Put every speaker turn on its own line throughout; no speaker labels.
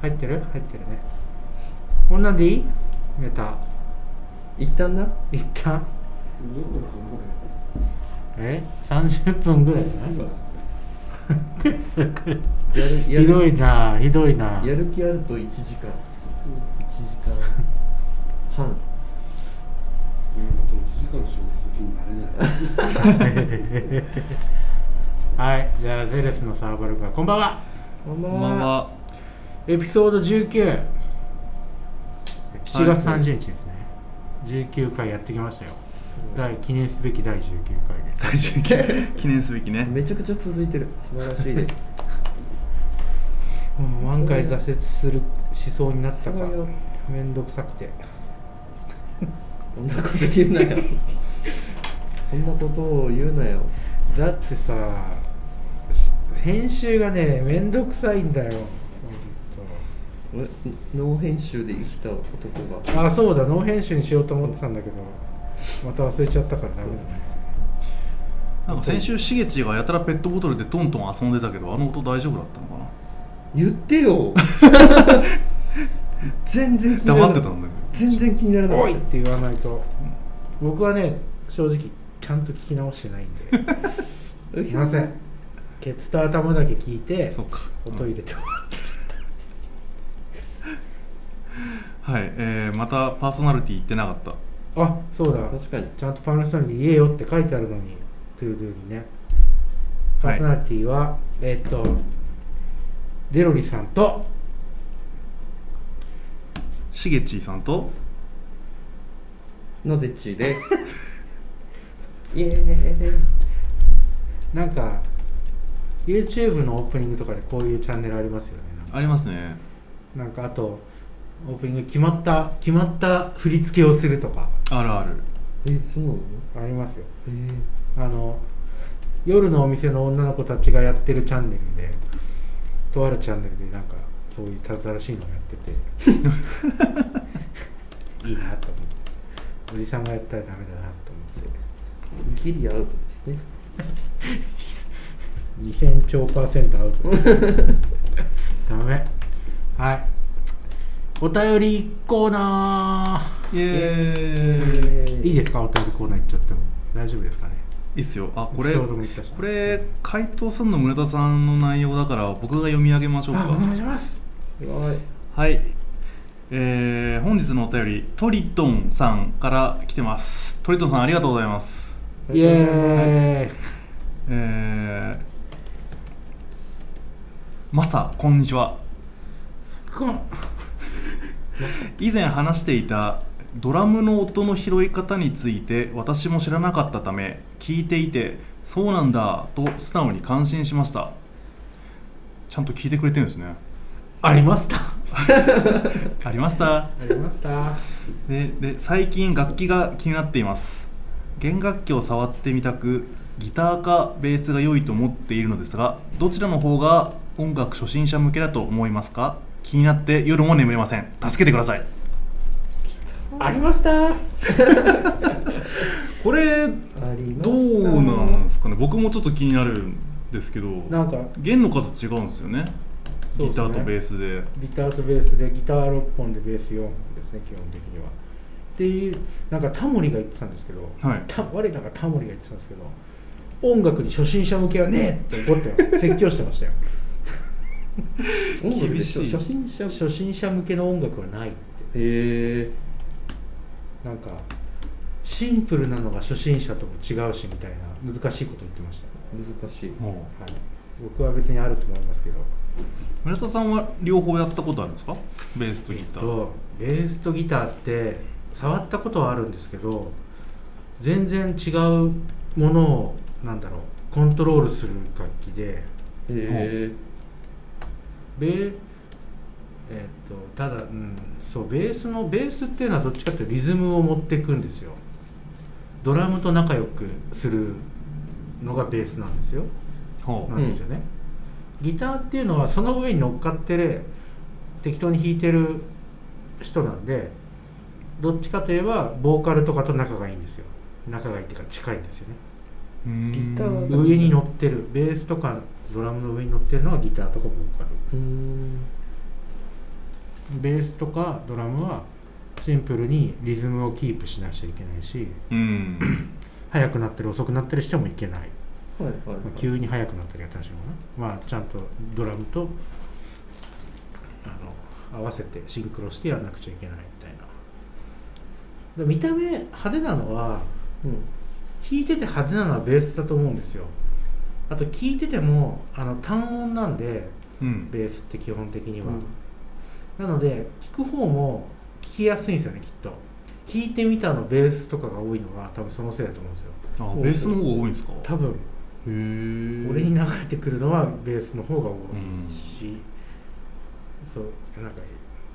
入ってる入ってるねこんなんでいいメタ
一旦な
一旦え30分ぐらいじゃない
や
ひ
るや
ど
る
いなひどいな
やる気あると1時間1時間半
時間の仕事続きになれない。
はいじゃあゼレスのサーバルがこんばんは
こんば
こ
ん
んばん
は
は
エピソード197月
はい
30日ですね19回やってきましたよ第記念すべき第19回で
大丈夫記念すべきね
めちゃくちゃ続いてる素晴らしいです
もう満回挫折するしそうになったか
そうよ
めんどくさくて
そんなこと言うなよそんなことを言うなよ
だってさし編集がねめんどくさいんだよ
俺ノー編集で生きた男が
ほんとあそうだノー編集にしようと思ってたんだけどまた忘れちゃったからダメだね
なんか先週しげちがやたらペットボトルでトントン遊んでたけどあの音大丈夫だったのかな
言ってよ全然気になら
黙
な
っ
い
てたんだけ
全然気にならな
おい
い
って言わないと僕はね正直ちゃんと聞き直してないんでいませんケツと頭だけ聞いて
どそっか
音入れて、
はい、えー、またパーソナリティ言ってなかった
あそうだ
確かに
ちゃんとパーソナリティ言えよって書いてあるのにトゥードゥにねパ
は
ー
い
ソナリティは、えーっとデロリさんと
しげちさんと
のでっちーですイエーイ
なんか YouTube のオープニングとかでこういうチャンネルありますよねなんか
ありますね
なんかあとオープニング決まった決まった振り付けをするとか
あるある
えそうなの
ありますよ
えー
あの夜のお店の女の子たちがやってるチャンネルでとあるチャンネルでなんかそういうたたらしいのをやってていいなと思っておじさんがやったらダメだなと思って
ギリアウトですね
二千兆パーセントアウト ダメはいお便りコーナ
イエーイい
ーいいですかお便りコーナー行っちゃっても大丈夫ですかね
いっすよあこれ
エピソードも言ったし
これ回答するの村田さんの内容だから僕が読み上げましょう
あ
か
お願いします
はい
はい、えー、本日のお便りトリトンさんから来てますトリトンさんありがとうございます
イエーイ
えー、マサこんにちは
こん
以前話していたドラムの音の拾い方について私も知らなかったため聞いていてそうなんだと素直に感心しましたちゃんと聞いてくれてるんですね
ありました
ありました
ありました
でで最近楽器が気になっています弦楽器を触ってみたくギターかベースが良いと思っているのですがどちらの方が音楽初心者向けだと思いますか気になって夜も眠れません助けてください
ありました
これ
あります
どうなんですかね僕もちょっと気になるんですけど
なんか
弦の数違うんですよね
そうです
ギ
ね
ターとベースで
ギターとベースでギター6本でベース4本ですね基本的にはっていうなんかタモリが言ってたんですけど、
はい
た我らがタモリが言ってたんですけど音楽に初心者向けはねえって怒って説教してましたよ
音楽で
厳しい
初心者
初心者向けの音楽はないって
へえ
なんかシンプルなのが初心者とも違うしみたいな難しいこと言ってました、
難しい
もう
はい、僕は別にあると思いますけど
村田さんは両方やったことあるんですかベースとギター、
とベースとギターって触ったことはあるんですけど全然違うものをなんだろうコントロールする楽器で
へ
ベーえっとただ、うん、そうベースのベースっていうのはどっちかっていうとリズムを持っていくんですよドラムと仲良くするのがベースなんですよ
ほう
なんですよね、ギターっていうのはその上に乗っかってる適当に弾いてる人なんでどっちかといえばボーカルとかと仲がいいんですよ仲がいいっていうか近いんですよね
うーん
ギターは
上に乗ってるベースとかドラムの上に乗ってるのはギターとかボーカル
えうーん
ベースとかドラムはシンプルにリズムをキープしなきゃいけないし
うん
速くなったり遅くなったりしてもいけない、
はいはい
ま
は
あ
い
急に速くなったりやったりしてもね、まあ、ちゃんとドラムとあの合わせてシンクロしてやらなくちゃいけないみたいなで見た目派手なのは
うん
弾いてて派手なのはベースだと思うんですよあと聴いててもあの単音なんで
うん
ベースって基本的には、
うん
なので聴く方も聴きやすいんですよねきっと聴いてみたのベースとかが多いのは多分そのせいだと思うんですよ
あベースの方が多いんですか
多分
へえ
俺に流れてくるのはベースの方が多
うん
いし、そうなんか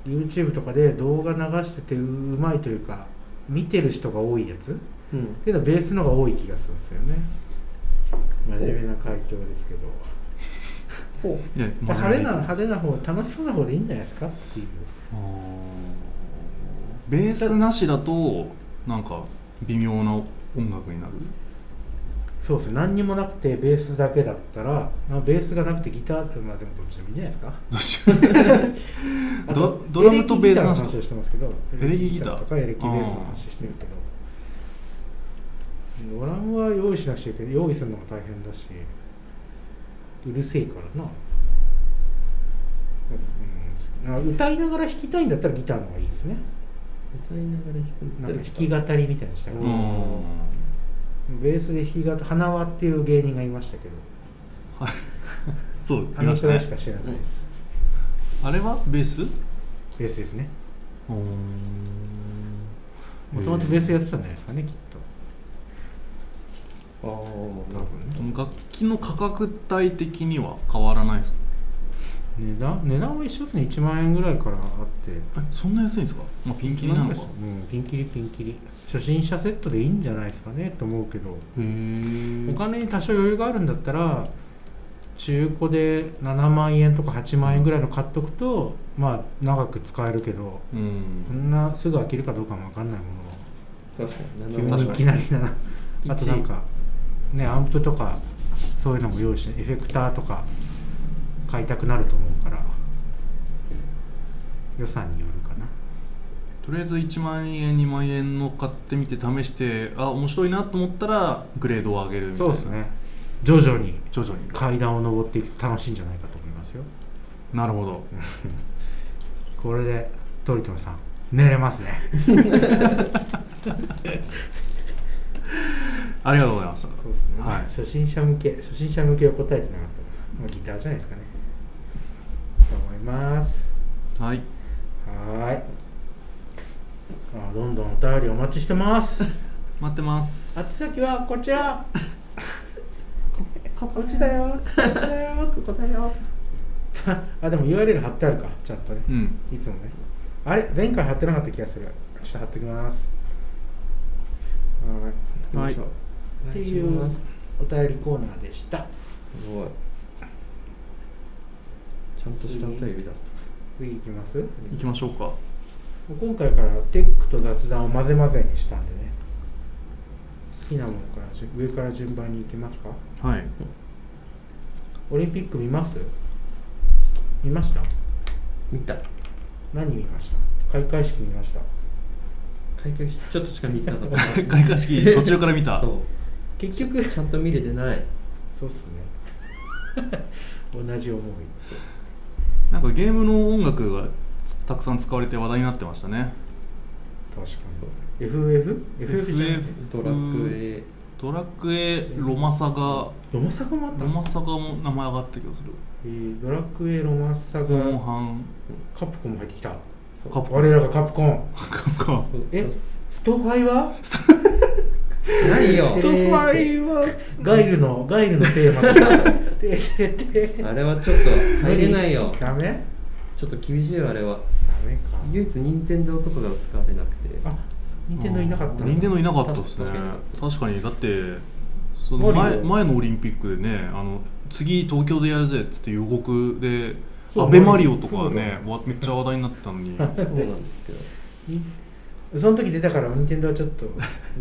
YouTube とかで動画流しててうまいというか見てる人が多いやつっ
うん
ていうのはベースの方が多い気がするんですよね真面目な回答ですけど
ほ
いや
まあ派手な
あ
派手な方楽しそうな方でいいんじゃないですかっていう
ーベースなしだとなんか微妙な音楽になる
そうですね何にもなくてベースだけだったら、まあ、ベースがなくてギターまあでもどっちでもいいんじゃないですか
どうしよう
あ
ド
と
ドラムとベース
エ
の
レキギターの
話
話をしてますけど
エレキギター
とかエレキベースの話してるけどドラムは用意しなくちゃいけない用意するのが大変だしうるせえからな、うん、歌いながら弾きたいんだったらギターの方がいいですね
歌いながら弾くん
な
だ
ん
っ
か
た
ら弾き語りみたいにしたら
う
うん
ベースで弾き語り花輪っていう芸人がいましたけど
そうい
あの
ました
人
ね
しか知らないです、
あれはベース
ベースですね
も
もともとベースやってたんじゃないですかねきっ
ああ
と
な
多
るほ
分ね
楽器の価格帯的には変わらないですか
値段値段は一緒ですね1万円ぐらいからあって
えそんな安いんですか、まあ、ピンキリなのかへ
うん、ピンキリピンキリ初心者セットでいいんじゃないですかねと思うけど
え
お金に多少余裕があるんだったら中古で7万円とか8万円ぐらいの買っとくとまあ長く使えるけど
う
こ
ん
んなすぐ飽きるかどうかも分かんないものを
ど確かに
急にいき
7万
なりだな
一
あとなんかねアンプとかそういうのも用意してエフェクターとか買いたくなると思うから予算によるかな
とりあえず1万円2万円の買ってみて試してあ面白いなと思ったらグレードを上げるみたい
そう
な
ですね徐々に
徐々に
階段を登っていくと楽しいんじゃないかと思いますよ
なるほど
これでトリトンさん寝れますね
ありがとうございました
そうですね、
はい
初心者向け初心者向けを答えてなかったまあギターじゃないですかねと思います
はい
はーいあどんどんお便りお待ちしてます
待ってます
宛先はこちら ここっちだ よここだよここだよあでも URL 貼ってあるかちゃんとね
うん
いつもね。あれ前回貼ってなかった気がする。ちょっと貼っときます。はーい。
はい
行きましょう
お
って
願いし
いう
ます
お便りコーナーでした。
すごいちゃんとしたお便りだ
次行きますも
行きましょうか
う今回からテックと雑談を混ぜ混ぜにしたんでね。好きなものからじゅ上から順番に行きますか。
はい
オリンピック見ます見ました
見た
何見ました開会式見ました
開会式ちょっとしか見てなかっ
開会式 途中から見
た
た
そう
結局、
ちゃんと見れてない
そうっす ね。同じ思い。
なんかゲームの音楽がたくさん使われて話題になってましたね
確かに。FF? FF じゃなくて。
ドラクエ
ドラクエロマサガロ
ロマサガもあったんです
マ
か、
サガも名前上がった気がする
えードラクエロマサガ
モンハン
カプコンも入ってきた
カプコン
我らがカプコン
カプコン
えストファイは
何よ
ストファイはガイルのガイルのテーマ ててて
あれはちょっと入れないよ
ダメ
ちょっと厳しいよあれは
ダメか
唯一任天堂とかが使われなくて
あ任天堂いなかったんだ
任天堂いなかったですね
確か
確かにだってその
マリ
前
オ
前のオリンピックでねあの次東京でやるぜっつって予告で
そう
アベマリオとか
マリ
ねわめっちゃ話題になってたのに
そうなんですよ
その時出たから任天堂はちょっと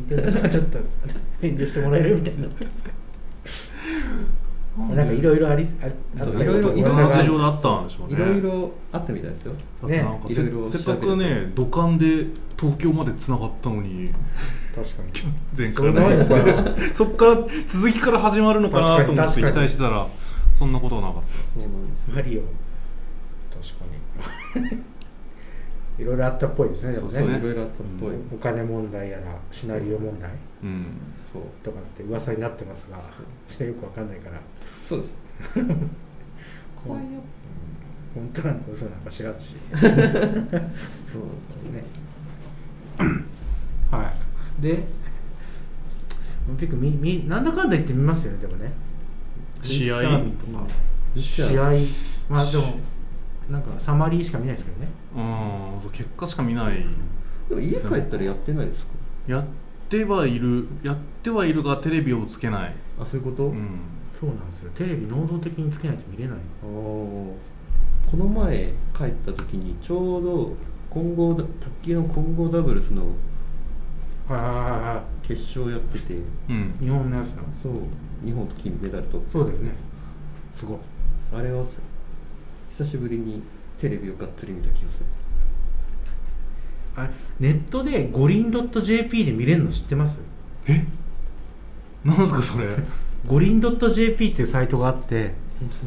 任天堂さんちょっと遠慮してもらえるみたいなな
なんんか
で
いろいろありああ
そ
っ
う
た
いろいろ
り
い
と
ろ
か
な
噂
事情
が
であったんでしょうね
いろいろあったみたいですよ
だってなんかせ,、
ねいろいろ
せっかくね土管で東京までつながったのに
確かに
前
そ
回
れ
ね
ないですか
そっから続きから始まるのかなと思
確か
って
に
期
確かに
待してたらそんなことはなかっ
そうなんです
マリオ確かに いろいろあったっぽいですねでもね
そうですね
いろいろあったっぽい、
お金問題やらシナリオ問題
たうん
そう
とかって噂になってますがちょっとよくわかんないから
そうです
怖い
よ
本当なのか嘘なのか知らんし
そうなんですよね
ねはいでオリンピックみみなんだかんだ言ってみますよねでもね
試合
インターンとか試合まあでもなんかサマリーしか見ないですけどね
うん結果しか見ない
でも家帰ったらやってないですか
やってはいるやってはいるがテレビをつけない、
あそういうこと、
うん、
そうなんですよテレビ能動的につけないと見れない
あーこの前帰った時にちょうど混合だ卓球の混合ダブルスの
はいはいはいは
決勝やってて
うん
い日本のやつだ
そう日本と金メダルと
そうですねすごい
あれは久しぶりにテレビをがっつり見た気がする
あれネットで五輪 .jp で見れるの知ってます
えなんすかそれ
五輪 .jp っていうサイトがあって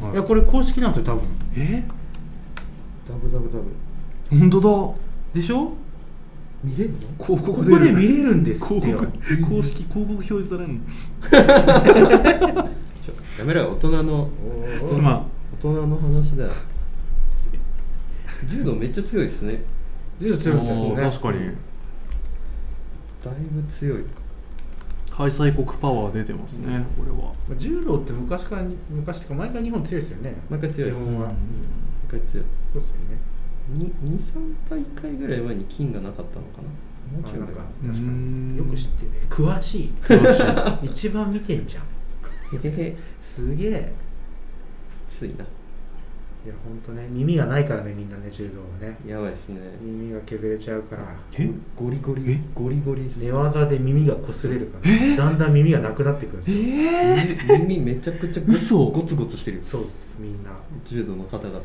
はい
いやこれ公式なんですよ多分
え
ダブダブダブ
本当だ
でしょ
見れんの
広
ここ
告出る
で見れるんですっ
広
てよ
告公式広告表示されるの
やめろよ大人の
すまん
大人の話だ柔道めっちゃ強いですね
柔道強いみたい
お
で
ー
す
確
ね
かに
だいぶ強い
開催国パワー出てますね、これは
まあ柔道って昔からに昔ってか毎回日本強いですよね
毎回強いです
日本は
なんか強
そう
い
ですよね
23大会ぐらい前に金がなかったのかなもう
あ
ちょい
な
前
ん
か
か
な
確か
うん
によく知ってる詳しい一番見てんじゃん
へへへ
すげえ
ついない
やほんとね耳がないからねみんなね柔道はね
やばいですね
耳が削れちゃうから
え
ゴリゴ
え
リゴリゴリっす
寝技で耳が擦れるからだんだん耳がなくなってくるんですよ
え
耳めちゃくちゃゴ
嘘
ゴツゴツしてるよ
そうっすみんな
柔道の方々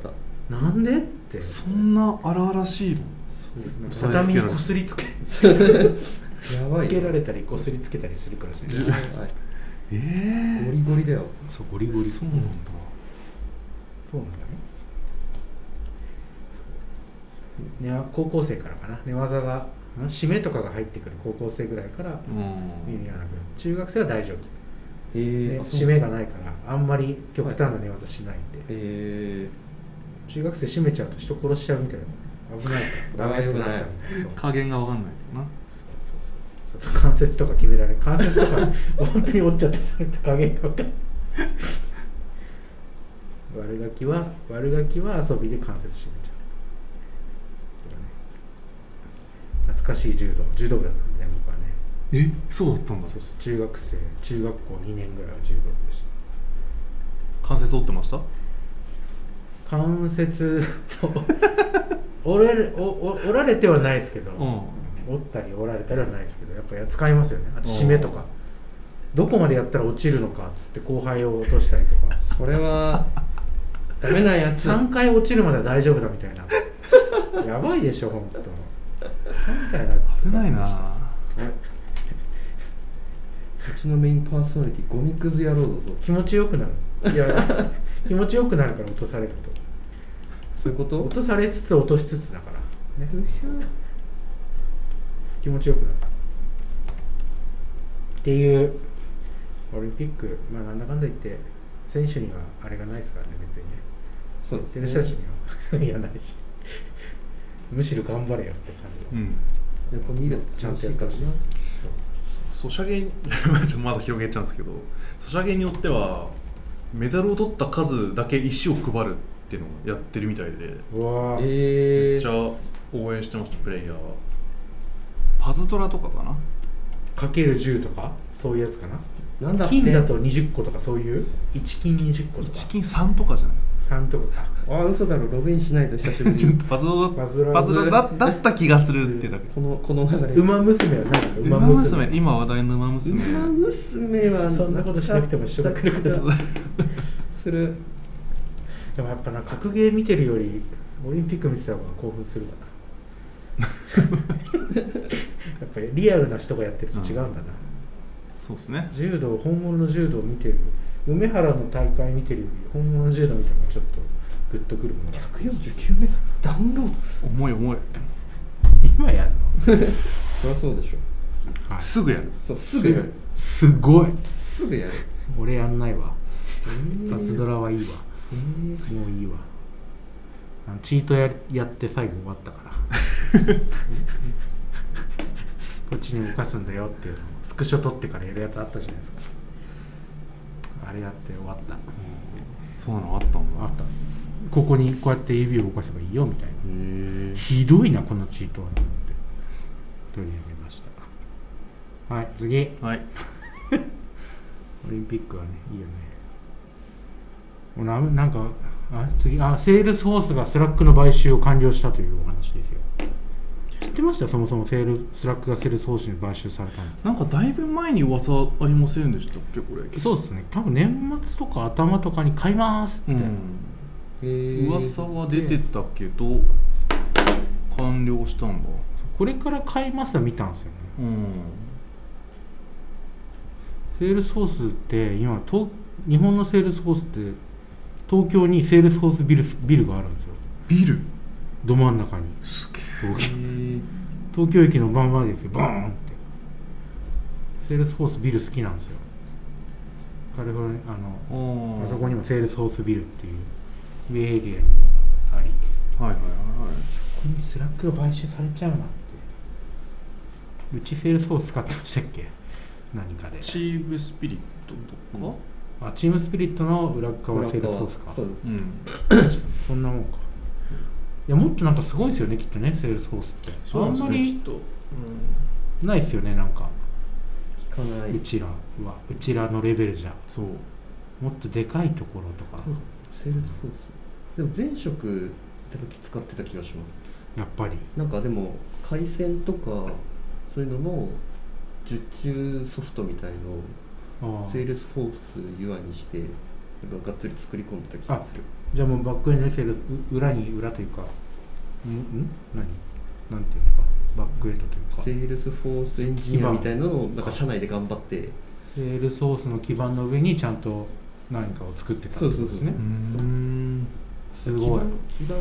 なんでって
そんな荒々しいの
なんか
それつ
畳
け
に
られる
こすりつけつ
やばい
け
よ
られたりこすりつけたりするからじゃない
やばい
え
ゴリゴリだよ
そうゴリゴ
そうなんだ
そうなんだねそうね高校生からかな寝技がん締めとかが入ってくる高校生ぐらいから
うん
耳がなくなる中学生は大丈夫、
えー
ね、
あそう
締めがないからあんまり極端な寝技しないんで、
え
中学生締めちゃうと人殺しちゃうみたいな 危ないからダメってなったんでそう
加減が分かんないけどな
そうそうそう関節とか決められる関節とか本当に折っちゃってそれと加減が分かんない悪ガキは悪ガキは遊びで関節締めちゃうとかね懐かしい柔道柔道部だったんでね僕はね
えそうだったんだ
そうそう中学生中学校2年ぐらいは柔道部でした
関節折ってました
関節を折れるおお折られてはないですけど、
うん
折ったり折られたりはないですけどやっぱり使いますよねあと締めとかどこまでやったら落ちるのかっつって後輩を落としたりとか
ー、それはダメ なやつ
3回落ちるまでは大丈夫だみたいな やばいでしょ本当3回な
危ないな
うちのメインパーソナリティゴミくず野郎だぞ
気持ちよくなるいや気持ちよくなるから落とされる
そういうことと
落とされつつ落としつつだからね気持ちよくなるっていうオリンピックまあなんだかんだ言って選手にはあれがないですからね別にね
そう
言って
で
る
す
人
ね
たちには罪はないし むしろ頑張れよって感じ
う
だ
ん
やっぱ見ると
ちゃんとやったほしいな
ソシャゲに ちょっとまだ広げちゃうんですけどソシャゲによってはメダルを取った数だけ石を配るっていうのをやってるみたいで
うわー
え
め
ー、
っちゃ応援してましたプレイヤーはパズドラとかかな
かける10とかそういうやつかな
なんだって
金だと20個とかそういう1金20個とか
一金3とかじゃない
3とか
あ嘘だろログインしないと久しぶり
ちょっ
に
とパズドラ
パズドラ
パズドラだだった気がするっていうだけ
このこの流れ
馬娘は何ですか
ウマ娘今話題のウマ
ウ
娘
マ娘は
そんなことしなくても一緒が来るから
する
でもやっぱな格ゲー見てるよりオリンピック見てた方が興奮するかな やっぱりリアルな人がやってると違うんだな、
そうですね
柔道本物の柔道を見てる梅原の大会見てるより本物の柔道見たのがちょっとグッとくるものが
149名ダウンロード
重い重い
今やるの
そりゃそうでしょ
すぐやる
そうすぐやる
すごい
すぐやる
俺やんないわ
えー
パズドラはいいわ
えー
もういいわあのチートややって最後終わったからこっちに動かすんだよっていうのをスクショ取ってからやるやつあったじゃないですかあれやって終わった
そうなのあったんだ
あったっすここにこうやって指を動かせばいいよみたいな
へえ
ひどいなこのチートはと思って取り上げましたはい次
はい
オリンピックはねいいよねもうななんかあ次あセールスフォースがスラックの買収を完了したというお話ですよ知ってましたそもそもセールスラックがセールスフォースに買収されたの
なんかだいぶ前に噂ありませんでしたっけこれ
そうですね多分年末とか頭とかに買いますって、
うん
えー
噂は出てたけど完了したんだ
これから買いますは見たんですよね
うん
セールスフォースって今東日本のセールスフォースって東京にセールスフォースビルビルがあるんですよ
ビル
ど真ん中に
すげ
東京
えー
東京駅のバンバンですよバーンってセールスフォースビル好きなんですよカリフォルニアあの
あー
あそこにもセールスフォースビルっていうウェイエリアにあり
はいはいはい
ここにスラックが買収されちゃうなんてうちセールスフォース使ってましたっけ何かで
チームスピリットとか
あチームスピリットの裏側はセールスフォースか
そうです
うん
そんなもんかいやもっとなんかすごいですよねきっとねセールスフォースってあんまり
と
ないですよねなんか
聞かないう
ちらはうちらのレベルじゃ
そう
もっとでかいところとか
そうセールスフォースでも前職行った時使ってた気がします
やっぱり
なんかでも回線とかそういうのの受注ソフトみたいのを
ああ
セールスフォース UI にしてなんかがっつり作り込んでた気がする
じゃあもうバックエンドにセールう裏に裏というかんん何なんていうかバックエンドというか
セールスフォースエンジニア
基盤
みたいなのをなんか社内で頑張って
セールソースの基盤の上にちゃんと何かを作ってたんですね
そうそうそう
うーん
すごい
基盤基盤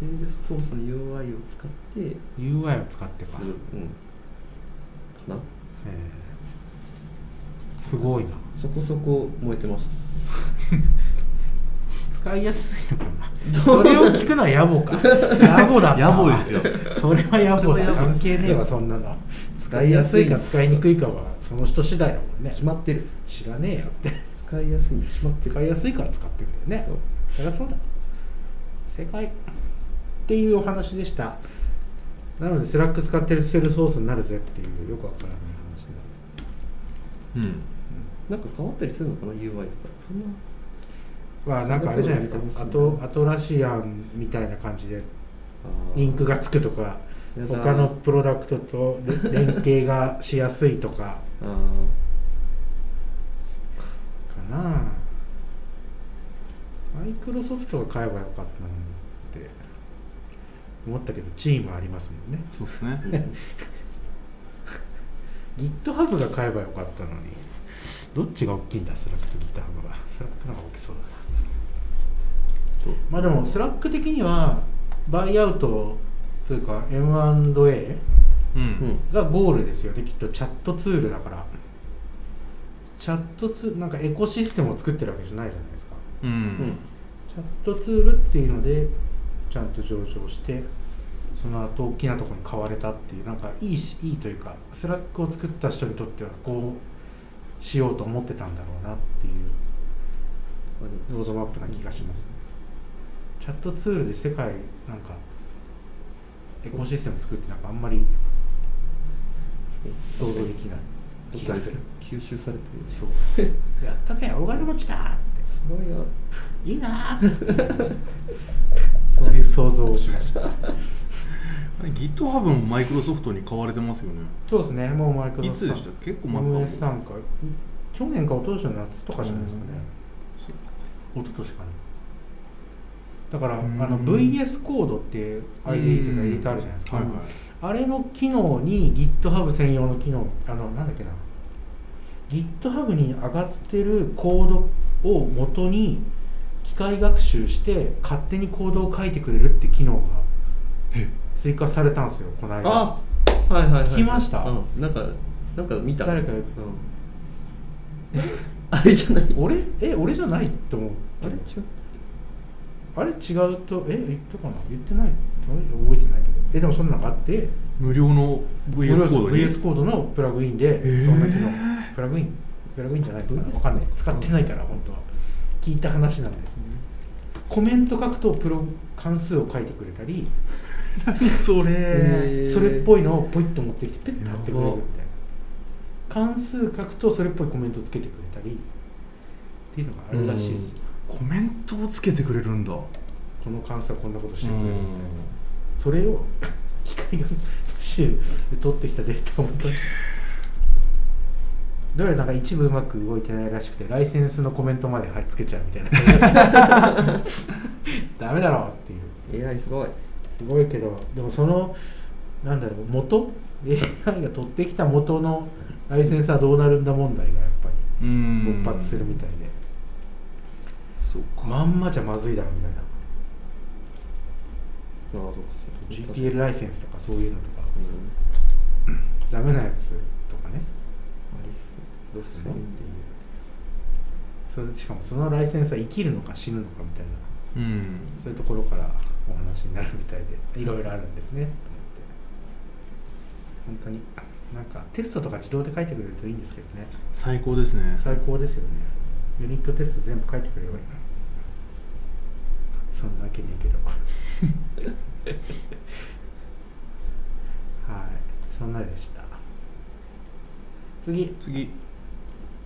セールスフォースの UI を使って
UI を使ってか
する、うん、かな
えーすごいな
そこそこ燃えてまし
使いやすいのかなそれを聞くのは野暮か 野暮だった
野暮ですよ
それは野暮だ
それは野暮
関係ねえわそんなの使
使
い
い
や
や
す
す
い
い
か使いにくいかはその人次第だもん
た
ね
決まってる
知らねえよって
使いやすいに決まってる
使いやすいから使ってるんだよねそりゃそうだ正解っていうお話でしたなのでスラック使ってるセールソースになるぜっていうよくわからない話だ
うん
なんか変わったりするのかな UI とかそんな
まあなんかあれじゃないですかアトアトラシアンみたいな感じで
あー
インクがつくとか
やだ
他のプロダクトとれ連携がしやすいとか
あー
かなマイクロソフトが買えばよかったのにって思ったけどチームありますもんね
そうですね
うん
GitHub が買えばよかったのにどっちが大きいんだスラックと GitHub がスラックの方が大きそうだなまあでもスラック的にはバイアウトというか M&A
う
うん
ん
がゴールですよねきっとチャットツールだからチャットツールなんかエコシステムを作ってるわけじゃないじゃないですか
う
うん
ん
チャットツールっていうのでちゃんと上場してその後大きなところに買われたっていうなんかいいしいいというかスラックを作った人にとってはこうしようと思ってたんだろうなっていう
まあでも
ロードマップな気がしますねチャットツールで世界なんかエコシステム作ってなんかあんまり想像できない気がする
吸収されてる
そうやったぜ大金持ちだ
すごいよ
いいなー そういう想像をしました
GitHub もマイクロソフトに買われてますよね
そうですねもうマイクロ
いつでした結構前か
?MS さんか去年か一昨年の夏とかじゃないですかね一昨年かなだからあ
うん
の VS コードっていう IDE というかエディターあるじゃないですか、
はいはい
あれの機能に GitHub 専用の機能あのなんだっけな GitHub に上がってるコードを元に機械学習して勝手にコードを書いてくれるって機能が追加されたんですよこの間
あはいはいはい
聞きました
うん、なんかなんか見た
誰か
うん、あれじゃない
俺え俺じゃないと思う
あれ違う
あれ違うとえ言ったかな言ってないあれ覚えてないけどえでもそんなのがあって
無料の VS コードに
VS コードのプラグインで、
ー
そんな機能プラグインプラグインじゃないかなわかんない使ってないから本当は聞いた話なんでコメント書くとプロ関数を書いてくれたり、
何それ、
え ー
それっぽいのをポイッと持ってきてペッと貼ってくれるみたいな関数書くとそれっぽいコメントつけてくれたりっていうのがあるらしいです
コメントをつけてくれるんだ
この関数はこんなことしてくれるみたいなそれを 機械学習で取ってきたデータをもとにどうやらなんか一部うまく動いてないらしくてライセンスのコメントまで貼り付けちゃうみたいな ダメだろうっていう
AI すごい
すごいけどでもそのなんだろう元 AI が取ってきた元のライセンスはどうなるんだ問題がやっぱり
うん
勃発するみたいで
そうか
まんまじゃまずいだろみたいな
ああそうかそうか
GPL ライセンスとかそういうのとか
うん
ダメなやつとかね
ありそうですね
それでしかもそのライセンスは生きるのか死ぬのかみたいな
うん
そういうところからお話になるみたいでいろいろあるんですねと思って本当になんかテストとか自動で書いてくれるといいんですけどね
最高ですね
最高ですよねユニットテスト全部書いてくれればいいなそんなわけねえけど はいそんなでした次
次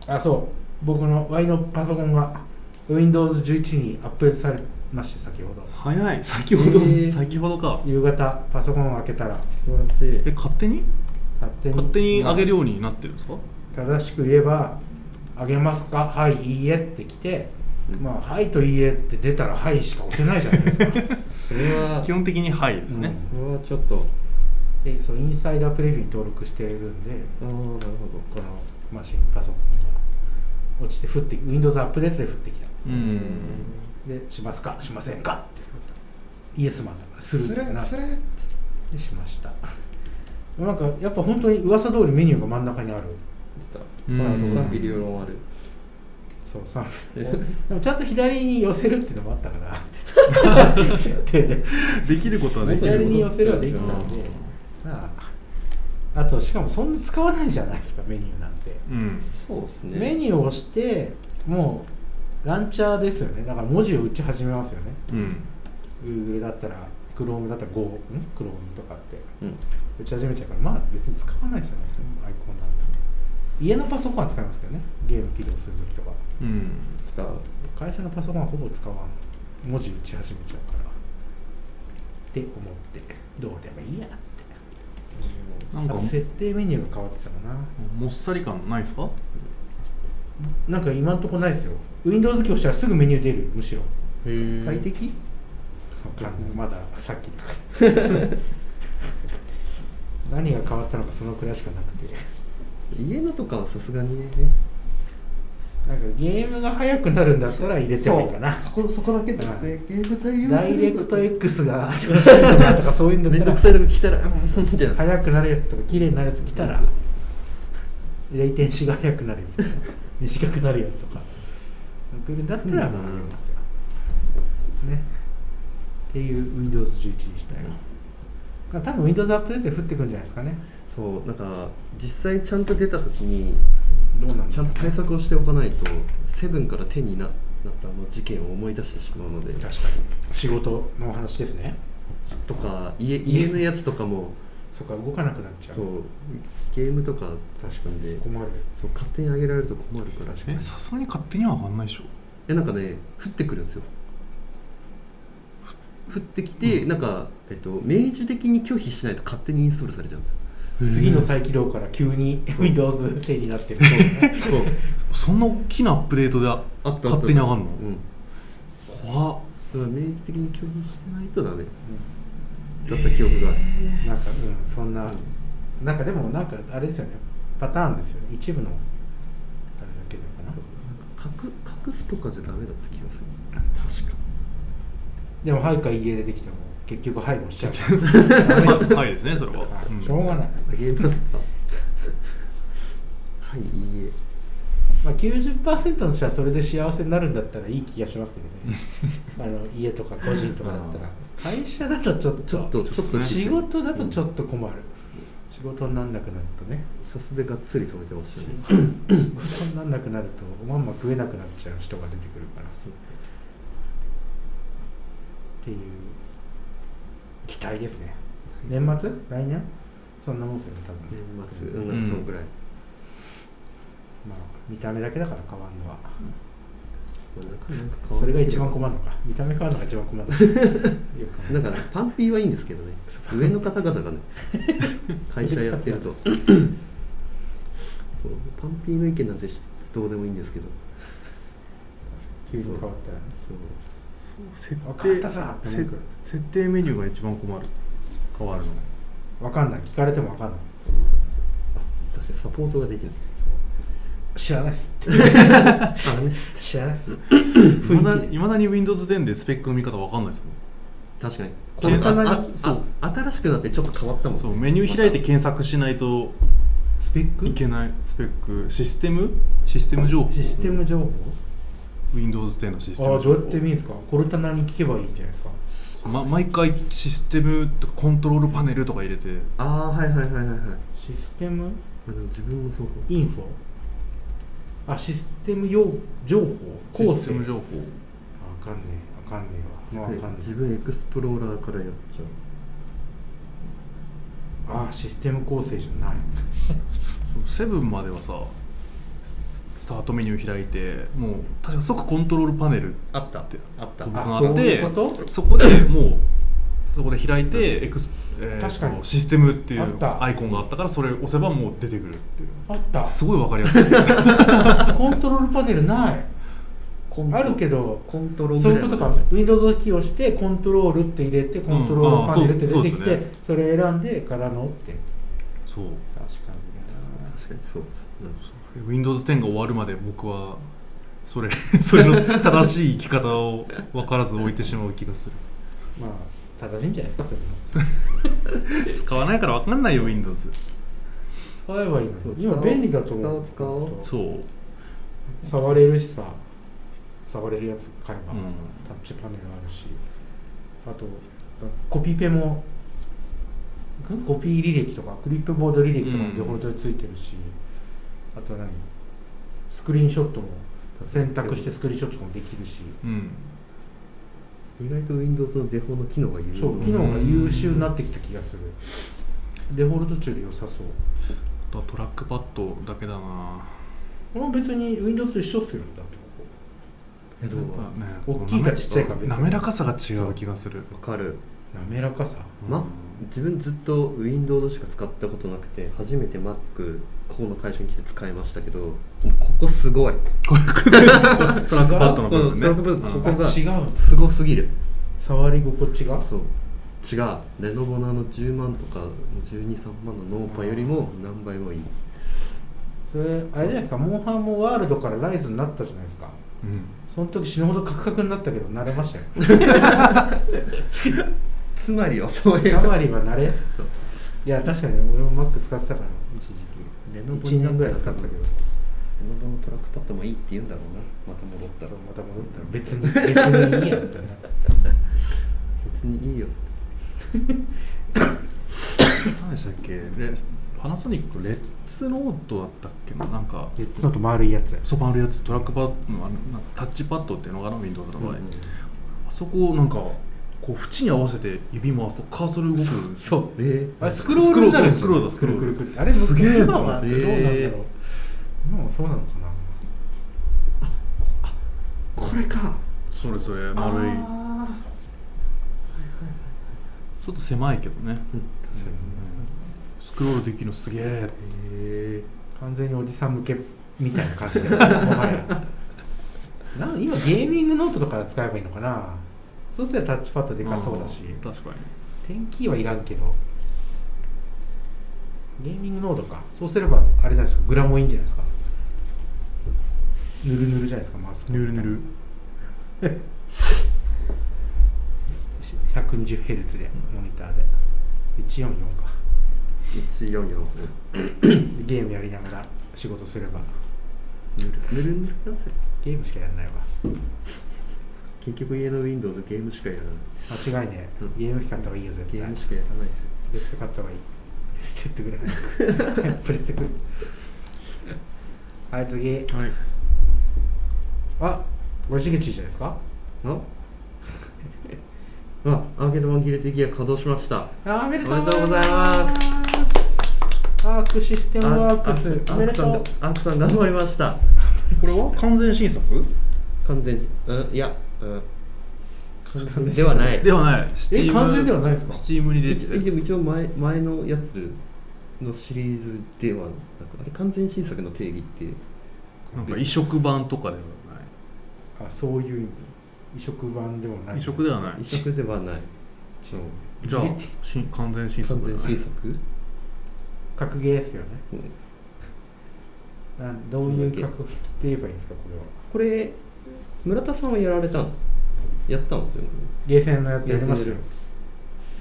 あそう僕の Y のパソコンが Windows11 にアップデートされまして先ほど
早い 先ほど、
えー
先ほどか
夕方パソコンを開けたら
素晴らしい
え勝手に
勝手に
勝手に上げるようになってるんですか、
正しく言えば「あげますかはいいいえ」って来て、
うん
まあ「はい」と「いいえ」って出たら「はい」しか押せないじゃないですか
それは
基
そ
本的にはいですね、
れはちょっと
でそうインサイダープレビューに登録しているんで
ああなるほど
このマシンパソコンが落ちて降って Windows アップデートで降ってきた
うん
で「しますかしませんか」ってイエスマンだするってなって
れ
でしましたなんかやっぱ本当に噂通りメニューが真ん中にある
出た
うん
賛否両論ある
そう3でもちゃんと左に寄せるっていうのもあったから 設定で
できることはでき
左
る
に寄せるはできたんでまああとしかもそんな使わないじゃないですかメニューなんて、
うん
そうですね
メニューを押してもうランチャーですよねだから文字を打ち始めますよね
うん、
Google だったら Chrome だったら Go ん Chrome とかって
うん
打ち始めちゃうからまあ別に使わないですよねアイコンなんて家のパソコンは使いますけどねゲーム起動するときとか
うん、
使う
会社のパソコンはほぼ使わん文字打ち始めちゃうからって思ってどうでもいいやって
なん
あ
か
と設定メニューが変わってたか
もっさり感ないですか
ななんか今んとこないですよ Windows 起動したらすぐメニュー出るむしろ
へえ
快適わかんないまださっきだから 何が変わったのかそのくらいしかなくて
家のとかはさすがにね
なんかゲームが速くなるんだったら入れてもいいかな
そこそこだけですね、ゲーム対応
ダ
す
イレ
る
クト X が新しいのがとかそういうんだっ
めん
た
ど
ら
くさいのが来たらうんみたいな
速くなるやつとか綺麗になるやつ来たらレイテンシーが速くなるや つとか短くなるやつとか来るんだったらまあありますよ、ねっていう Windows11 にしたいな多分 Windows アップデートで降ってくるんじゃないですかね
そうなんか実際ちゃんと出た時に
どうなんで
ち
し
ゃ
ょうんね
と対策をしておかないとセブンから手にななったあの事件を思い出してしまうので
確かに仕事のお話ですね
とか家家のやつとかも
そこは動かなくなっちゃう
そうゲームとか
確
確
か
かんで
に困る
そう勝手に上げられると困るから
えさすがに勝手には上がんないでしょ
えなんかね降ってくるんですよふ降ってきて、なんか、えっと、明示的に拒否しないと勝手にインストールされちゃうんですよ
次の
へ
再起動から急に Windows 手になってる
そう
えそんな大きなアップデートで
あった
勝手に上がるの
うんだ
怖っ
から明示的に拒否しないとダメだった記憶がある、
なんかうんそんななんかでもなんかあれですよねパターンですよね一部のあれだけなのかな
なんか隠隠すとかじゃダメだった気がする確か
でも「はい」か「いいえ」でできても結局「はい」もしちゃう
はいはいですねそれは、
あ
うん
しょうがない、
ゲームマスターはいいいえ
まあ、90%の人はそれで幸せになるんだったらいい気がしますけどねあの家とか個人とかだったら会社だとちょっと
ちょっとちょっと
仕事だとちょ
っ
っと困る、仕事になんなくなるとね
とさすでがっつり止めてほしいね
仕事になんなくなるとまんま食えなくなっちゃう人が出てくるから
そう
っていう期待ですね年末来年そんなもんですよね多分ね
年末うん、
うん
そのぐらい、
まあ見た目だけだから変わんのは
まあ、なんかなんか変わ
それが一番
る
困るのか見た目変わるのが一番 困るのかよく考え
だからパンピーはいいんですけどね上の方々がね会社やってるとそうパンピーの意見なんてしどうでもいいんですけど
急に変わったらね
そう
設
分かった
定
さって
せ
文句
設定メニューが一番困る変わるの
分かんない聞かれても分かんない
確かにサポートができない
知らないっすって
あれね
知らないっ す
いまだ
雰囲気
いまだに Windows10 でスペックの見方わかんないですもん
確かに
簡単な
ああ
そう
あ新しくなってちょっと変わったもん
そうメニュー開いて検索しないと
スペック
いけないスペックシステムシステム情報
システム情報
Windows10 のシステム
ああ
情
どうや
報
って見るんですかコルタナに聞けばいいんじゃないですか
ま、毎回システムとかコントロールパネルとか入れて
ああはいはいはいはいはいま
システム
あでも自分もそうかも
インフォあシステム用情報構成
システム情報
あかんねえあかんねえわもうあかんね
自分エクスプローラーからやっちゃう
えあシステム構成じゃない
セブンまではさススタートメニュー開いてもう確か即コントロールパネル
あった
って
あった
僕
あ
が
そ
あ
う
っ
い
て
うこと
そこでもうそこで開いてエクス、えー
確かに
システムってい
あっ
う
た
アイコンがあったからそれを押せばもう出てくるっていう
あった
すごいわかりや すい
コントロールパネルない
コント
あるけど
コントロール
そういうことか Windows を起用してコントロールって入れてコントロールパネルって出てきて、
うんあーそうそうですね
それ選んでからのって
そう
確か
確かにそうですなんか
Windows10 が終わるまで僕はそれ それの正しい生き方を分からず置いてしまう気がする
になまあ正しいんじゃないですかそれも
使わないから分かんないよ Windows
使えばいいのに
そう
今便利だと思う
使おう使お
そう、うん、
触れるしさ触れるやつ買えば、タッチパネルあるしあとコピペもコピー履歴とかクリップボード履歴とか
う
も
ん
デフォルトでついてるし、あと何スクリーンショットも選択してスクリーンショットもできるし、
うん、
意外と Windows のデフォの機能が有
そ
用
う
な
機能が優秀になってきた気がする、デフォルト中で良さそう
あとはトラックパッドだけだな
これも別に Windows と一緒っすよねだってこ
えでも
やっぱ
大
ね
きいかちっちゃいか別に
滑らかさが違う気がする
わかる
こ滑らかさ
ま
うん
自分ずっと Windows しか使ったことなくて初めて Mac ここの会社に来て使いましたけどもうここすごい、
トラックパッドの部分ね。
うんトラックパッドここが
あ違う
すごすぎる
触り心地が
そう違うレノボのあの10万とか123万のノーパンよりも何倍もいい
それあれじゃないですかモンハンもワールドからライズになったじゃないですか
うん
その時死ぬほどカクカクになったけど慣れましたよ
つまりよそういう
あまりは慣れいや確かに俺も Mac 使ってたから一時
レノボ
期1年ぐらい使ってたけど
レノボのトラックパッドもいいって言うんだろうなまた戻ったら
また戻ったら別に別にいいやみたいな
別にいいよ
何でしたっけレパナソニックレッツノートだったっけななんか
でそのと丸いやつ
そばあるやつトラックパッドのあのなんかタッチパッドっていうのかな Windows の場
う
合、
ん
あそこをなんかこう縁に合わせて指回すとカーソル動く
そう
え
あれ
ス
ス
ク
ク
ロ
ロ
ー
ー
ル
ル
に
に
な
なるんで
るんで
すすね
ねスクロー
くるくるあれ
ルすげえ
今は
と思
ど
っ
う
て
なんだろう今もそうなのかな
これか
それそれ丸い
あ
ちょっと狭いけど
う
ね、
ん確かに
スクロールできるのすげえ
え
完全におじさん向けみたいな感じだよねもはやなん今ゲーミングノートとか使えばいいのかなそうすればタッチパッドでかそうだし
ん確かに
テンキーはいらんけどゲーミングノートかそうすればあれじゃないですかグラもいいんじゃないですかぬるぬるじゃないですかマウス
ぬるぬる
120Hz でモニターで144か
ー、144
でゲームやりながら仕事すれば
ぬるぬるぬるなぜ
ゲームしかやんないわ
結局家の Windows ゲームしかやらな
間
い
違いね
うん
ゲーム機買った方がいいよ絶
ゲ
対
ームしかやらないです
プレステ買った方がいいプレステってぐらい早くプレステくるはい次
はい
あごしげちじゃないですか
あ あ、アーケード版切れ的が稼働しました
あおめでと
お
う
めでとうございます
アークシステムワークス
あ
お
あ
め
ア
で
ク
と
さん
う
アクさん頑張りました
これは完全新作
完全うんいやうん完全ではない
ではないス
え完全ではないですか
スチームに出て
一
た
応
や
でも
つ
一応前前のやつのシリーズではなくあれ完全新作の定義って
なんか移植版とかではない
あそういう意味移植版でもない
移植ではない
一色ではない
違う
じゃあ新完全新
完
作
全
だね
新作
格ゲーですよね、
うん
なんどういう格ゲーって言えばいいんですかこれは
これ村田さんはやられたんやったんですよね
ゲーセンのやつやりましたよ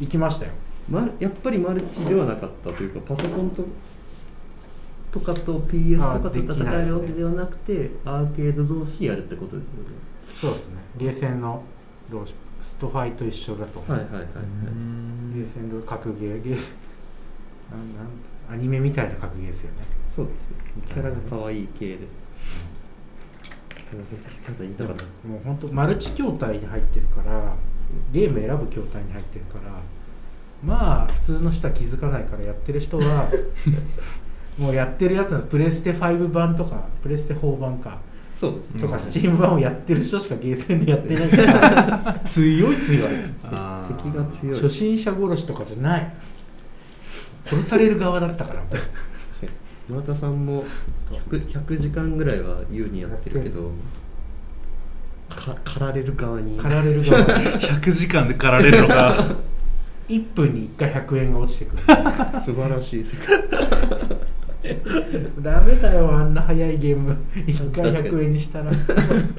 行きましたよ
マルやっぱりマルチではなかったというかパソコンととかと PS
あ
とか
で
と
きないですね
戦えるわけではなくてアーケード同士やるってことです
そう
よね
ですねゲーセンのローシストファイと一緒だと思う、
はいはいはいはいう
ー
ゲ
ん
ーセンの格ゲーゲー なんなんアニメみたいな格ゲーですよね
そうですよキャラが可愛い系でなんか言いたかった
もう本当マルチ筐体に入ってるからゲーム選ぶ筐体に入ってるからまあ普通の人は気づかないからやってる人はもうやってるやつのプレステ5版とかプレステ4版か
そう
と
う
か
ん
スチーム版をやってる人しかゲーセンでやってないから強い強い
あー
敵が強い
初心者殺しとかじゃない殺される側だったからもう
村田さんも 100, 100時間ぐらいは優にやってるけどか駆られる側に
駆られる側
100時間で駆られるのか
1分に1回100円が落ちてくる
素晴らしい世界
ダメだよあんな早いゲーム1回100円にした らダメだよと思って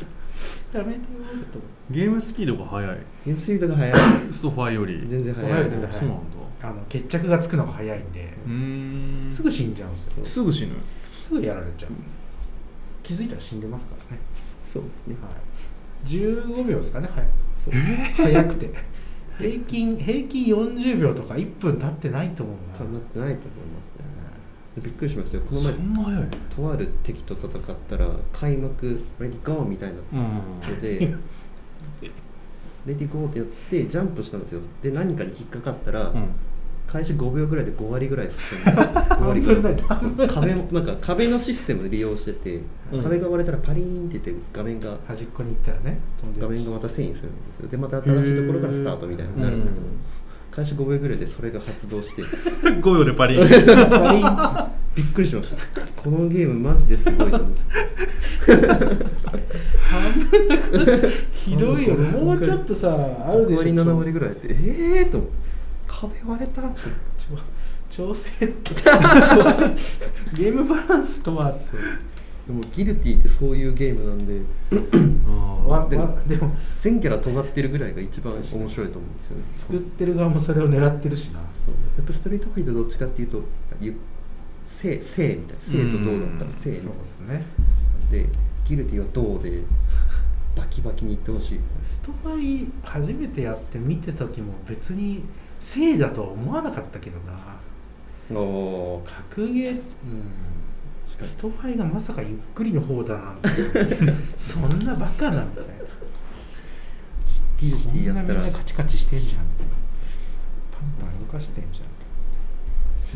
ゲームスピードが速い
ゲームスピードが速 い
ストファイより
全然
速
速
い
い
全然
そうなんだ
あの決着がつくのが早いんで
うーん
すぐ死んじゃうんですよ
すぐ死ぬ
すぐやられちゃう気づいたら死んでますからね、
そうです
は
ね
い、15秒ですかねはいそう 早くて平均平均40秒とか1分経ってないと思うな
たまってないと思いますねびっくりしましたよこの前
そんな速い
とある敵と戦ったら開幕レディゴーみたいな
うん
ので レディゴーってやってジャンプしたんですよで何かに引っかかったら、
うん
開始5秒ぐらいで5割ぐらい吹っ飛んで 5割ぐらい壁もなんか壁のシステム利用してて、
うん
壁が割れたらパリーンって言って画面が
端っこに行ったらね飛んで
画面がまた遷移するんですよでまた新しいところからスタートみたいになるんですけど、
うん
開始5秒ぐらいでそれが発動して
5秒でパ リ
パリーン びっくりしましたこのゲームマジですごいと思って
ひどいよねもうちょっとさあるでし
5
ょ
割7割ぐらいでええー、と思って壁割れたって
調整調整ゲームバランスとは
でもギルティってそういうゲームなんで
わわ
でも
でも
全キャラ尖ってるぐらいが一番面白いと思うんですよね
作ってる側もそれを狙ってるしな
そうやっぱストリートファイトどっちかっていうとゆ性性みたいな性と銅だったら
そ
性
う
み
で
たいな
すね
でギルティは銅でバキバキにいってほしい
ストバイ初めてやって見てた時も別に正だとは思わなかったけどな
お
格ゲー、うん、ストバイがまさかゆっくりの方だなんてそんなバカなんだよキー
シティ
こ
や
ん
っ
な
た
み
ら
んなカチカチしてんじゃんパンパン動かしてんじゃん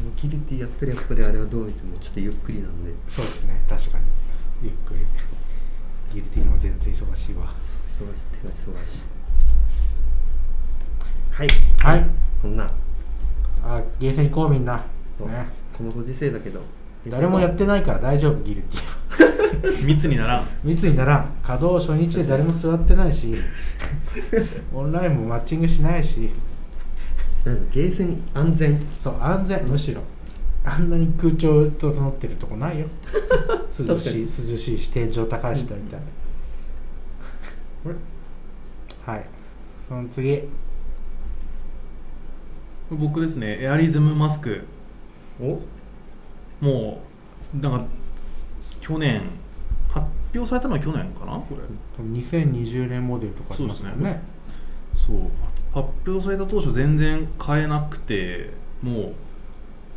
モキリティやっぱりやっぱりあれはどう見てもちょっとゆっくりなんで
そうですね確かにゆっくりギルティーの方全然忙しいわ
そう忙しい手が忙しいはい
はい
こんな
あゲーセン行こうみんな、
そう
ね、
このご時世だけど
誰もやってないから大丈夫ギルティーは
密にならん
密にならん稼働初日で誰も座ってない しオンラインもマッチングしないし
なんかゲーセン安全
そう安全むしろあんなに空調整ってるとこ ないよ涼しい涼しいし天井高いしとみたいな、これはいその次
僕ですねエアリズムマスク
お
もうなんか去年発表されたのは去年かなこれ
2020年モデルとかありますもん
そうです
ね
そう発表された当初全然買えなくてもう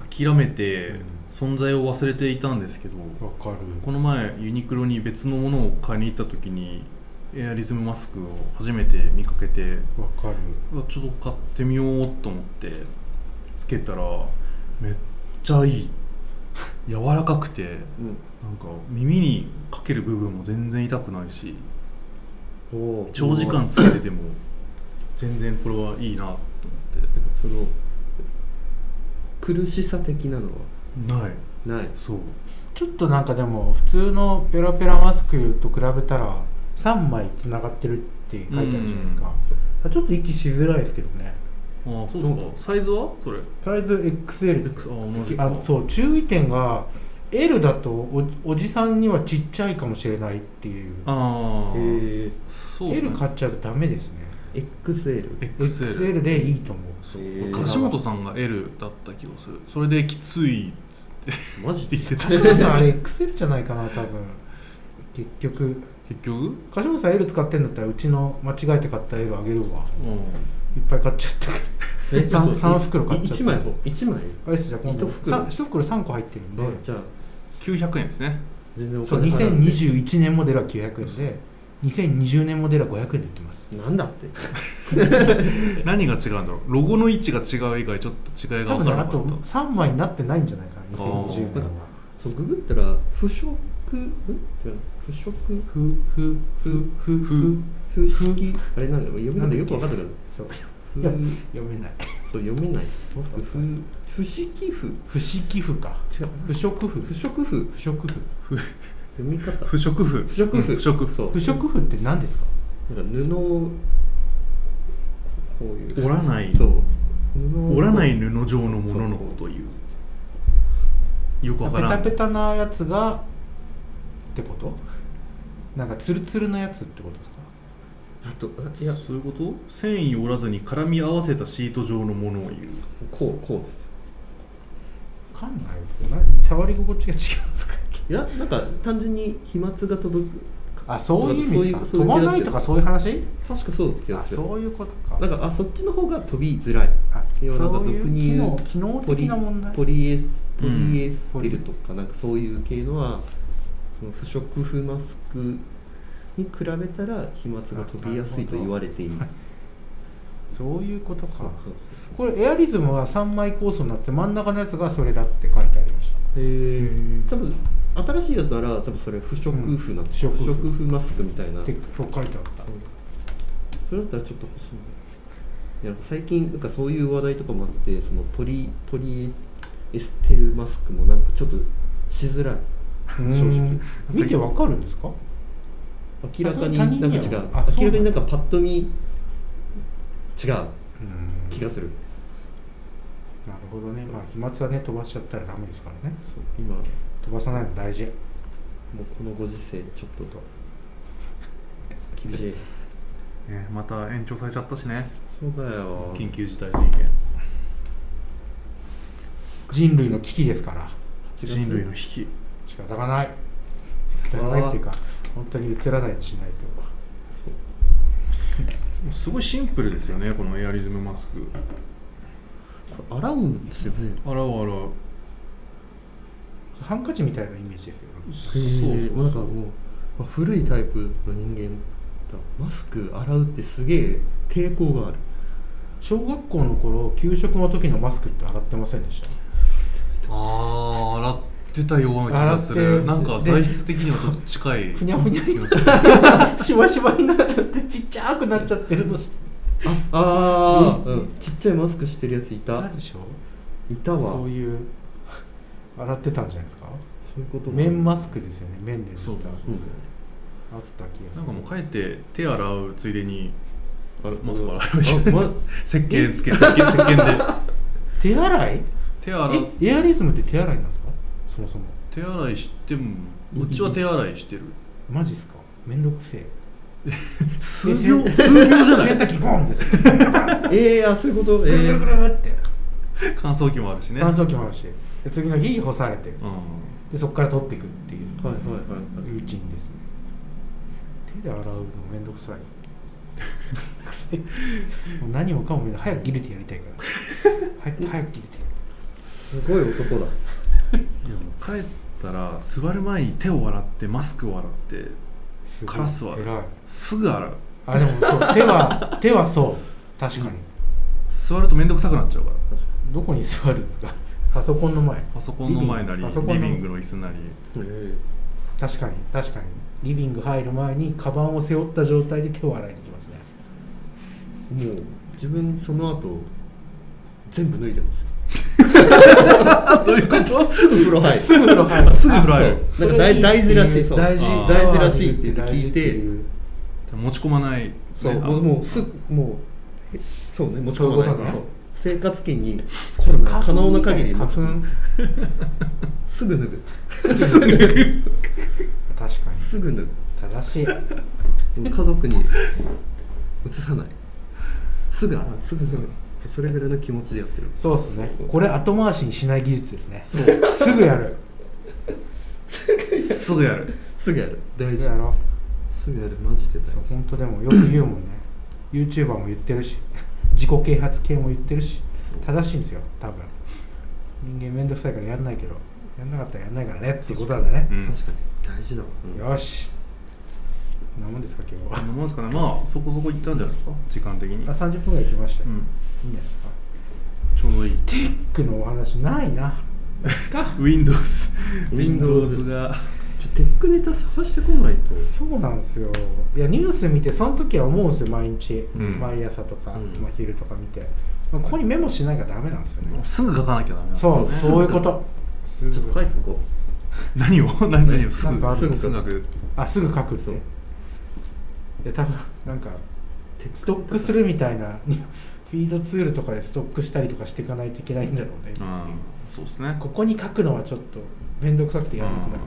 諦めて
うん
存在を忘れていたんですけど、
わかる
この前ユニクロに別のものを買いに行った時にエアリズムマスクを初めて見かけて
わかる
うわちょっと買ってみようと思ってつけたらめっちゃいい柔らかくて
うん
なんか耳にかける部分も全然痛くないし
おー
長時間つけてても全然これはいいなと
な
思
んかその苦しさ的なのは
ってな
な
い
い
そう
ちょっとなんかでも普通のペラペラマスクと比べたら3枚つながってるって書いてあるじゃないですか、ちょっと息しづらいですけどね
ああそうですかサイズはそれ
サイズ XL です
X ああマジか
あそう注意点が L だとおおじさんにはちっちゃいかもしれないっていう
ああ、
え
そうです
L
ね
買っちゃうとダメですね
ー、XL
XL
XL
でいいと思う
そう
樫本さんが L だった気がするそれできついっつって
マジで
言ってた
柏本さんあれ XL じゃないかな多分結局
結局
柏本さん L 使ってんだったらうちの間違えて買った L あげるわ
う
いっぱい買っちゃった
え
三
ちょっと
三袋買っちゃった
い一枚ほ一枚
あれですじゃあ今度
一袋
さ一袋3個入ってるんで
あじゃあ
ん900円ですね
全然お
そう
金払って
2021年モデルは900円で2020年モデルは500円で売ってます
なんだって
何が違うんだろうロゴの位置が違う以外ちょっと違いが
多分
分か
ね
ら
あ
なか
と
った
3枚になってないんじゃないかな2020年は
そうググったら不織布ん違うな不織
ふふふふふ
布風式あれなんだよ読めないんだよくわかんないけど
そう
ふ
いや読めない
そう読めない
そうだった
ふ不織布違
不織布か
う
不織布
不織布
不織布
読み方
不織布
不織布
うん不織布
そう
不織布って何ですか
なんか布をこういう
折らない
そう布を
折らない布状のもののことを言うよくわ
ペ
から
タ
ん
ペタなやつがってことなんかツルツルなやつってことですか
あとあいや
そういうこと繊維を折らずに絡み合わせたシート状のものを言う
こうこうですよ
わかんないですよな触り心地が違うんですか
いやなんか単純に飛沫が届く
あそういう意味ですか
そういうそういう
飛ばないとかそういう話
確かそうです気が
あ
する
そういうことか
なんかあそっちの方が飛びづらい
あそうい
要はなんか俗に言う
う機能機能
ポ
的
リ
な問題
ポリエスポ
うん
リエステルとかなんかそういう系のはその不織布マスクに比べたら飛沫が飛びやすいと言われている
そういうことか
そうそう
これエアリズムは3枚構想になって真ん中のやつがそれだって書いてありました
そうへえ
ー
多分新しいやつなら多分それ不織布な、
うん
不
不織布
織布マスクみたいな
ってそう書いてあった
それだったらちょっと欲しいないや最近なんかそういう話題とかもあってそのポリポリエステルマスクもなんかちょっとしづらい正直
見てわかるんですか
明らかに
あ
な
それ他人
ん
には
か違う
あそう
明らかになんかパッと見違う気がする
なるほどねまあ飛沫はね飛ばしちゃったらダメですからね
そう今もう
飛ばさないの大事
このご時世ちょっと厳しい
ねまた延長されちゃったしね
そうだよ
緊急事態宣言
人類の危機ですから
人類の危機
仕方がない仕方がないっていうか本当に映らないようにしないと
そう
すごいシンプルですよねこのエアリズムマスク
これ洗うんですよね
あらあら
ハンカチみたいなイメージですよ
そう
へえもうなんかもう、まあ、古いタイプの人間だからマスク洗うってすげえ抵抗がある
小学校の頃給食の時のマスクって洗ってませんでした
あー洗ってたような気がす
洗っ
る
て
なんか材質的にはちょっと近い
ふにゃふにゃになっしわしわになっちゃってちっちゃくなっちゃってるの知って
ああ、うんちっちゃいマスクしてるやつい
た
た
でしょ
いたわ
そういう洗ってたんじゃないですか
そういうことか
綿マスクですよね綿で
そうだ
うん
あった気がする
なんかもう帰って手洗うついでに
あれ
マスク洗いました
あま
石鹸つけ 石鹸石鹸で
手洗い
手洗う
えエアリズムって手洗いなんですかそもそも
手洗いしてもうちは手洗いしてる
マジっすかめんどくせえ
数 秒数秒じゃな
洗
い
濯機ボンですよ
ええー、あそういうこと
ぐ
え
るぐ
え
るぐ
ー、
るって
乾燥機もあるしね
乾燥機もあるしで次の日干されて
う
でそこから取っていくっていう
はいはいはいはい
ルーチンですね手で洗うのめんどく さいもう何もかもめんどくさい早くギルティやりたいから早く早くギルティや
すごい男だ
んいやもう帰ったら座る前に手を洗ってマスクを洗って
りすごい
カラスは
偉い
すぐ洗う
あでもそう手は手はそう確かに、
座ると面倒くさくなっちゃうから
どこに座るんですかパソコンの前
パソコンの前なり
リビングパソコンの
リビングの椅子なり
え
確かに確かにリビング入る前にカバンを背負った状態で手を洗いに行きますね
えー、もう自分その後全部脱いでますよどういうことすぐ風呂入る
すぐ風呂入る
すぐ風呂入る
なんか大大事らしいそう
大事
あー
大事らしいって聞いて
いう
持ち込まない、ね
そう、
あ
もうもうすもうえそうね持ち込ま
そういうこ
な
と
い
ね
そう生活圏にコロナが可能な限り持
花
ち
粉
込む
みたい
すぐ脱ぐ
すぐ
な花粉確か
すぐ脱ぐ
に正しい
家族に移さないすぐ洗うすぐ脱ぐそれぐらいの気持ちでやってる
そうですねこれ後回しにしない技術ですね
そう
すぐやる
すぐやる
すぐやる大
すぐ
事
やろ
すぐやるマジで大
うそう
事
本当でもよく言うもんね YouTuber も言ってるし 自己啓発系も言ってるし
そう
正しいんですよ多分人間めんどくさいからやんないけどやんなかったらやんないからねっていうことなんだね
う、ん
確かに大事だわ、うん
よしこんなもんですか今日
あ
は
んなもんですかねまあそこそこ行ったんじゃないですか時間的に
あ30分ぐらい行きました
う
よ、
ん
いいんじゃないですか
ちょうどいい
テックのお話ないな
Windows
Windows
Windows が
ちょテックネタ探してこないと
そうなんですよいやニュース見てその時は思うんですよ毎日、
うん
毎朝とか、
うん
まあ、昼とか見て、まあ、ここにメモしないからダメなんですよね、
すぐ書かなきゃダメなんです
そ
よ
う
ね
そういうことす
ちょっと書いてこ
何を何何をす
なんかあ
ぐ
る
す
の
ぐすぐ書く
あすぐ書くって
そう
いや多分なんか
うテ
ストックするみたいな にフィードツールとかでストックしたりとかしていかないといけないんだろうね、
うんそうですね
ここに書くのはちょっと面倒くさくてやらなくなる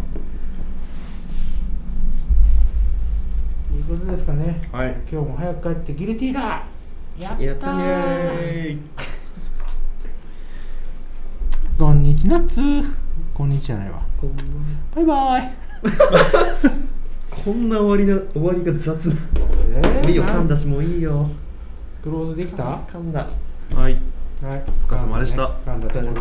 ということですかね
うんはい
今日も早く帰ってギルティーだやったー
やったね
イエーイ
こんにちなっつーこんにちじゃないわ
こんばん
バ
は
イバイ
こんな終わりな終わりが雑な
えー
も ういいよ噛んだしもういいよ
クローズできたは
噛んだ
はい
いお
疲れ様でした
噛んだところ